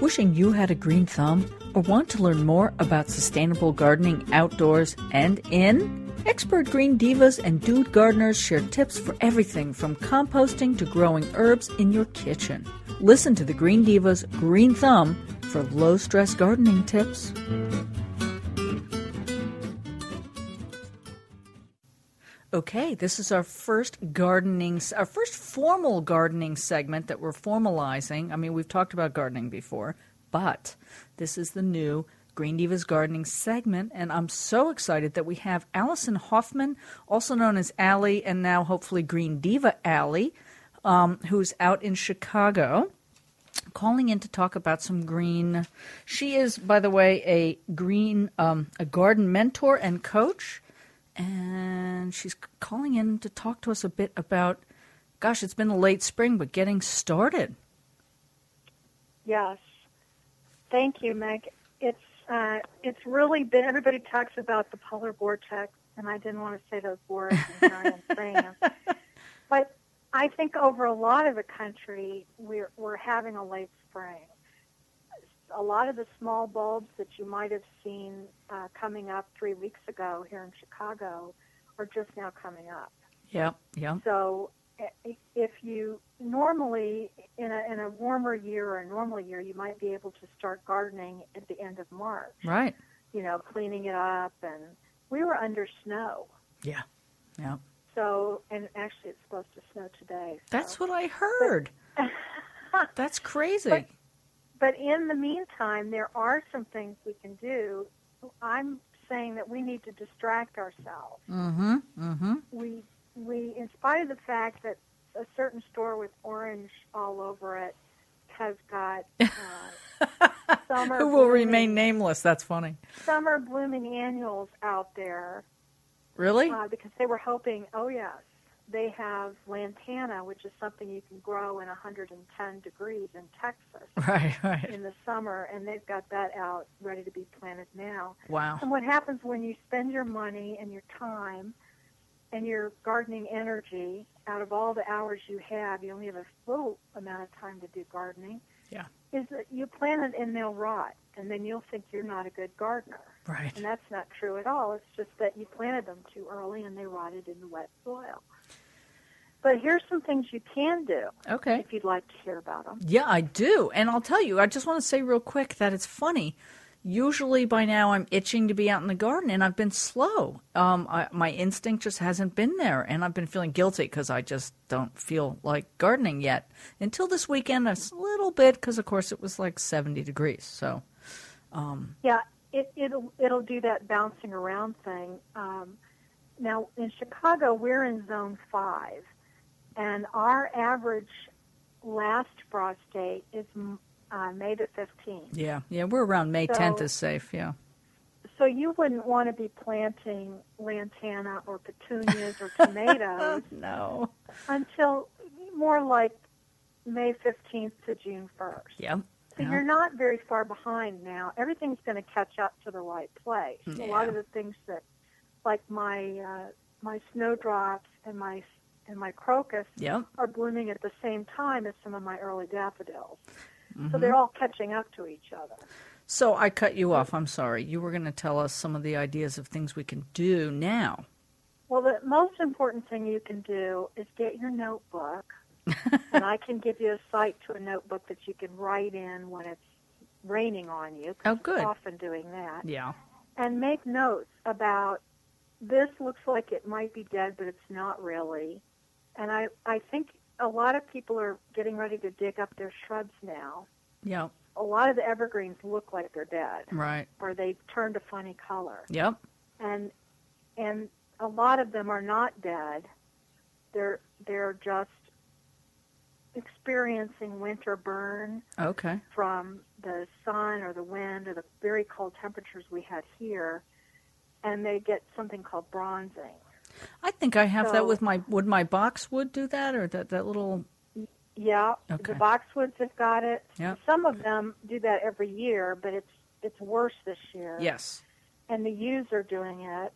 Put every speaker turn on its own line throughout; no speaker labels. Wishing you had a green thumb or want to learn more about sustainable gardening outdoors and in? Expert green divas and dude gardeners share tips for everything from composting to growing herbs in your kitchen. Listen to the Green Divas Green Thumb for low stress gardening tips. Okay, this is our first gardening, our first formal gardening segment that we're formalizing. I mean, we've talked about gardening before, but this is the new Green Divas Gardening segment, and I'm so excited that we have Allison Hoffman, also known as Allie, and now hopefully Green Diva Allie, um, who's out in Chicago calling in to talk about some green. She is, by the way, a green um, a garden mentor and coach, and she's calling in to talk to us a bit about. Gosh, it's been a late spring, but getting started.
Yes. Thank you, Meg. It's uh, it's really been everybody talks about the polar vortex, and I didn't want to say those words, and now I'm saying them. But I think over a lot of the country, we're we're having a late spring. A lot of the small bulbs that you might have seen uh, coming up three weeks ago here in Chicago are just now coming up.
Yep, yep.
So i- if you normally in a in a warmer year or a normal year you might be able to start gardening at the end of March,
Right.
you know, cleaning it up and we were under snow.
Yeah. Yeah.
So and actually it's supposed to snow today. So.
That's what I heard. That's crazy.
But- but in the meantime there are some things we can do. I'm saying that we need to distract ourselves.
mm-hmm. Mm-hmm.
we we in spite of the fact that a certain store with orange all over it has got uh, summer
Who will
blooming-
remain nameless? That's funny.
summer blooming annuals out there
Really?
uh, because they were hoping oh yes they have lantana which is something you can grow in 110 degrees in Texas
Right, right.
in the summer and they've got that out ready to be planted now
Wow.
And what happens when you spend your money and your time and your gardening energy out of all the hours you have, you only have a little amount of time to do gardening.
Yeah.
Is that you plant it and they'll rot, and then you'll think you're not a good gardener.
Right.
And that's not true at all. It's just that you planted them too early and they rotted in the wet soil. But here's some things you can do
Okay.
if you'd like to hear about them.
Yeah, I do. And I'll tell you, I just want to say real quick that it's funny. Usually by now I'm itching to be out in the garden and I've been slow. Um, I, my instinct just hasn't been there and I've been feeling guilty because I just don't feel like gardening yet. Until this weekend, a s- little bit because, of course, it was like 70 degrees. So,
Yeah, it, it'll it'll do that bouncing around thing. Um, now in Chicago, we're in zone five, and our average last frost date is mm, uh, May the fifteenth.
yeah, yeah, we're around May
So-
10th is safe. Yeah.
So you wouldn't want to be planting lantana or petunias or tomatoes
No.
until more like May fifteenth to June first.
Yeah.
So
Yeah.
you're not very far behind now. Everything's going to catch up to the right place. A lot
Yeah.
of the things that, like my uh, my snowdrops and my and my crocus,
Yep.
are blooming at the same time as some of my early daffodils. So
Mm-hmm.
they're all catching up to each other.
So I cut you off. I'm sorry. You were going to tell us some of the ideas of things we can do now.
Well, the most important thing you can do is get your notebook, and I can give you a site to a notebook that you can write in when it's raining on you. 'cause
Oh,
it's
good.
Often doing that.
Yeah.
and make notes about this looks like it might be dead, but it's not really. And I, I think a lot of people are getting ready to dig up their shrubs now.
Yep.
A lot of the evergreens look like they're dead
Right.
or they've turned a funny color.
Yep.
And and a lot of them are not dead. They're they're just experiencing winter burn
Okay.
from the sun or the wind or the very cold temperatures we had here, and they get something called bronzing.
I think I have that
So-
with my would my boxwood do that or that that little
Yeah,
Okay.
the boxwoods have got it.
Yep.
Some of them do that every year, but it's it's worse this year.
yes.
And the yews are doing it,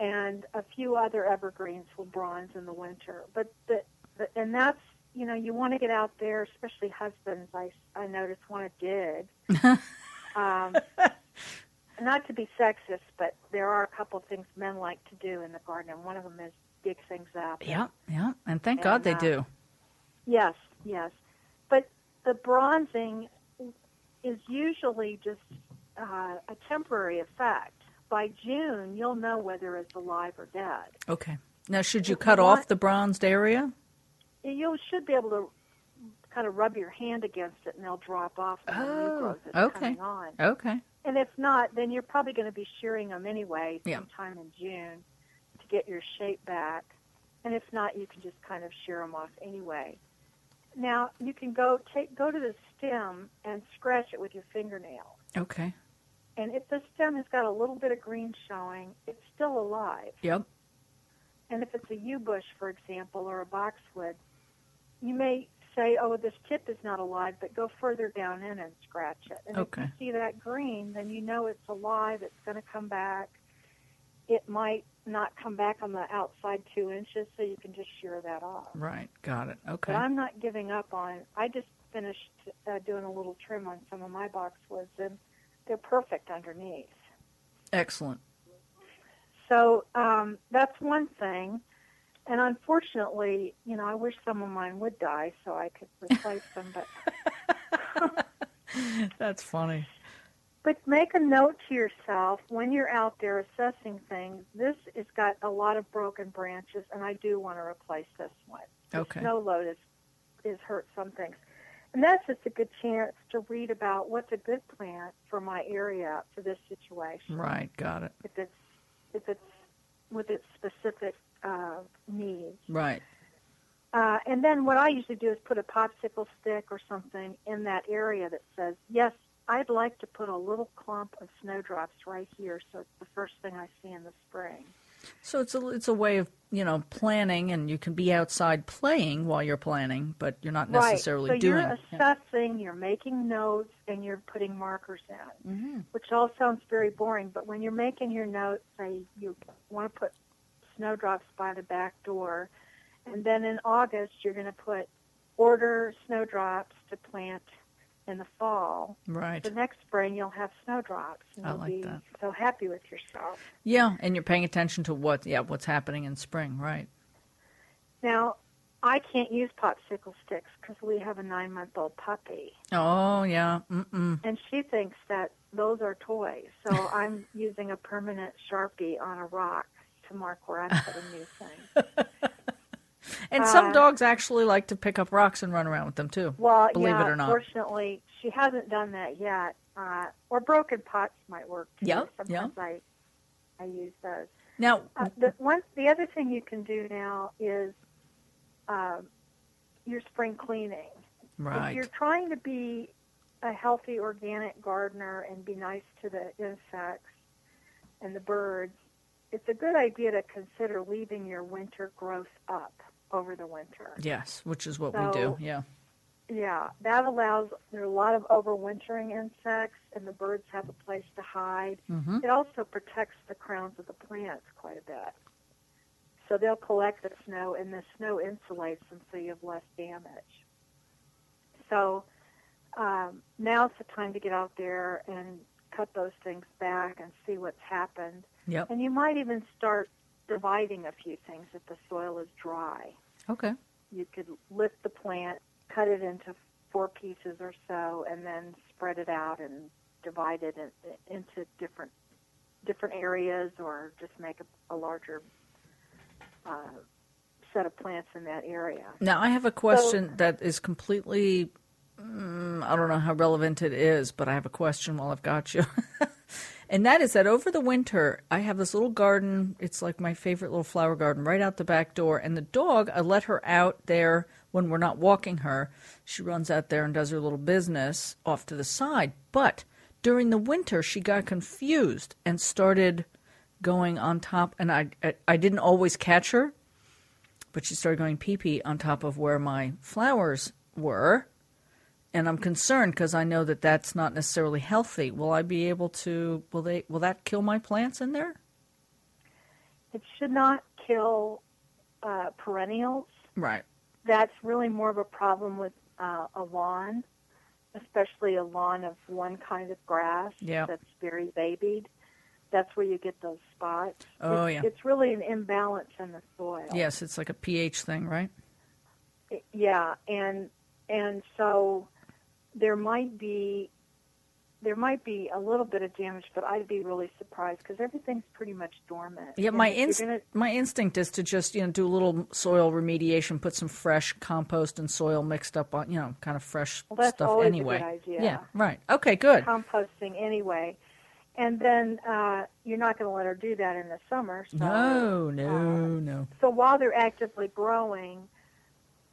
and a few other evergreens will bronze in the winter. But the, the and that's you know, you want to get out there, especially husbands. I I notice want to dig. um, not to be sexist, but there are a couple of things men like to do in the garden, and one of them is dig things up.
Yeah, yeah, and thank
And,
God they
uh,
do.
Yes, yes. But the bronzing is usually just uh, a temporary effect. By June, you'll know whether it's alive or dead.
Okay. Now, should you
if you
cut
want-
off the bronzed area?
You should be able to kind of rub your hand against it, and they'll drop off. when the new
Oh,
growth is
okay.
coming on.
Okay.
And if not, then you're probably going to be shearing them anyway
Yeah.
sometime in June to get your shape back. And if not, you can just kind of shear them off anyway. Now you can go take go to the stem and scratch it with your fingernail.
Okay.
And if the stem has got a little bit of green showing, it's still alive.
Yep.
And if it's a yew bush, for example, or a boxwood, you may say, "Oh, this tip is not alive," but go further down in and scratch it. And
Okay.
if you see that green, then you know it's alive. It's going to come back. It might not come back on the outside two inches, so you can just shear that off.
Right. Got it. Okay.
But I'm not giving up on. I just finished uh, doing a little trim on some of my boxwoods, and they're perfect underneath.
Excellent.
So um, that's one thing. And unfortunately, you know, I wish some of mine would die so I could replace them. But
That's funny.
but make a note to yourself when you're out there assessing things. This has got a lot of broken branches, and I do want to replace this one. The
Okay.
Snow load is is hurt some things, and that's just a good chance to read about what's a good plant for my area for this situation.
Right. Got it.
If it's if it's with its specific uh, needs.
Right.
Uh, and then what I usually do is put a popsicle stick or something in that area that says, yes, I'd like to put a little clump of snowdrops right here. So it's the first thing I see in the spring.
So it's a it's a way of you know planning, and you can be outside playing while you're planning, but you're not necessarily
right. So
doing.
you're
it. Yeah.
assessing, you're making notes, and you're putting markers in,
Mm-hmm.
which all sounds very boring. But when you're making your notes, say you want to put snowdrops by the back door, and then in August you're going to put order snowdrops to plant in the fall.
Right.
the next spring you'll have snowdrops and
I
you'll
like
be
that.
so happy with yourself.
Yeah, and you're paying attention to what yeah what's happening in spring. Right.
Now, I can't use popsicle sticks because we have a nine-month-old puppy,
Oh yeah. Mm-mm.
and she thinks that those are toys. So I'm using a permanent sharpie on a rock to mark where I'm putting new things.
And
Uh,
some dogs actually like to pick up rocks and run around with them too.
Well,
believe
yeah,
it or not.
fortunately, she hasn't done that yet. Uh, or broken pots might work too.
Yeah, yeah.
Sometimes I, I use those.
Now,
Uh, the one, the other thing you can do now is um, your spring cleaning. If
right.
you're trying to be a healthy organic gardener and be nice to the insects and the birds, it's a good idea to consider leaving your winter growth up over the winter.
Yes, which is what we do.
So-
Yeah.
Yeah, that allows there are a lot of overwintering insects, and the birds have a place to hide.
hmm
It also protects the crowns of the plants quite a bit. So they'll collect the snow, and the snow insulates them so you have less damage. So um, now's the time to get out there and cut those things back and see what's happened.
Yep.
And you might even start dividing a few things if the soil is dry.
Okay.
You could lift the plant, cut it into four pieces or so, and then spread it out and divide it in, into different different areas, or just make a, a larger uh, set of plants in that area.
Now, I have a question that is completely, mm, I don't know how relevant it is, but I have a question while I've got you. and that is that over the winter, I have this little garden. It's like my favorite little flower garden right out the back door. And the dog, I let her out there when we're not walking her. She runs out there and does her little business off to the side. But during the winter, she got confused and started going on top. And I, I, I didn't always catch her but she started going pee pee on top of where my flowers were. And I'm concerned because I know that that's not necessarily healthy. Will I be able to? Will they? Will that kill my plants in there?
It should not kill uh, perennials.
Right.
that's really more of a problem with uh, a lawn, especially a lawn of one kind of grass
Yep.
that's very babied. That's where you get those spots.
Oh,
it's,
yeah.
It's really an imbalance in the soil.
Yes, it's like a pH thing, right?
Yeah, and and so there might be there might be a little bit of damage, but I'd be really surprised because everything's pretty much dormant.
Yeah,
And
my
if you're
inst-
gonna-
my instinct is to just you know do a little soil remediation, put some fresh compost and soil mixed up on you know kind of fresh
Well, that's
stuff
always a good
anyway.
idea.
Yeah, right. Okay, good.
composting anyway. And then uh, you're not going to let her do that in the summer. So,
No, no,
uh,
no.
So while they're actively growing,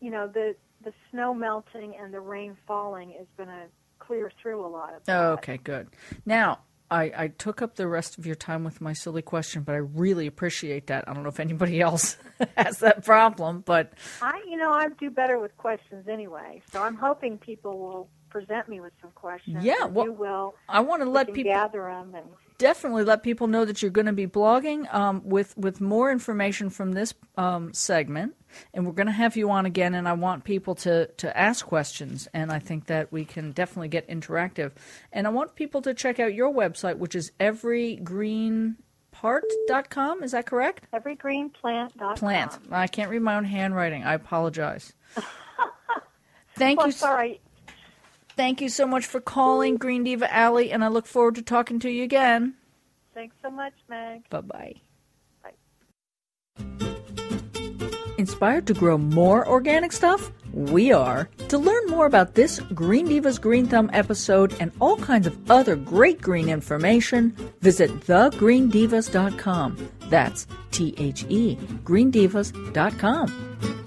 you know the the snow melting and the rain falling is going to clear through a lot of that.
Okay, good. Now, I, I took up the rest of your time with my silly question, but I really appreciate that. I don't know if anybody else has that problem, but
I, you know, I do better with questions anyway. So I'm hoping people will present me with some questions.
Yeah,
and
well,
you will.
I want to
We
let
can
people
gather them, and
definitely let people know that you're going to be blogging um, with with more information from this um, segment, and we're going to have you on again. And I want people to to ask questions, and I think that we can definitely get interactive. And I want people to check out your website, which is everygreenpart.com. Is that correct?
everygreenplant.com.
Plant. I can't read my own handwriting. I apologize. Thank
Well,
you. s-
Oh, sorry.
Thank you so much for calling Green Diva Alley, and I look forward to talking to you again.
Thanks so much, Meg.
Bye bye.
Bye.
Inspired to grow more organic stuff? We are. To learn more about this Green Diva's Green Thumb episode and all kinds of other great green information, visit thegreendivas.com. That's T H E, greendivas.com.